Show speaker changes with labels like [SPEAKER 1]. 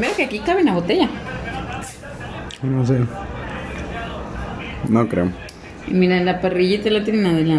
[SPEAKER 1] Veo que aquí cabe una botella.
[SPEAKER 2] No sé. No creo.
[SPEAKER 1] Y mira, la parrillita la tienen adelante.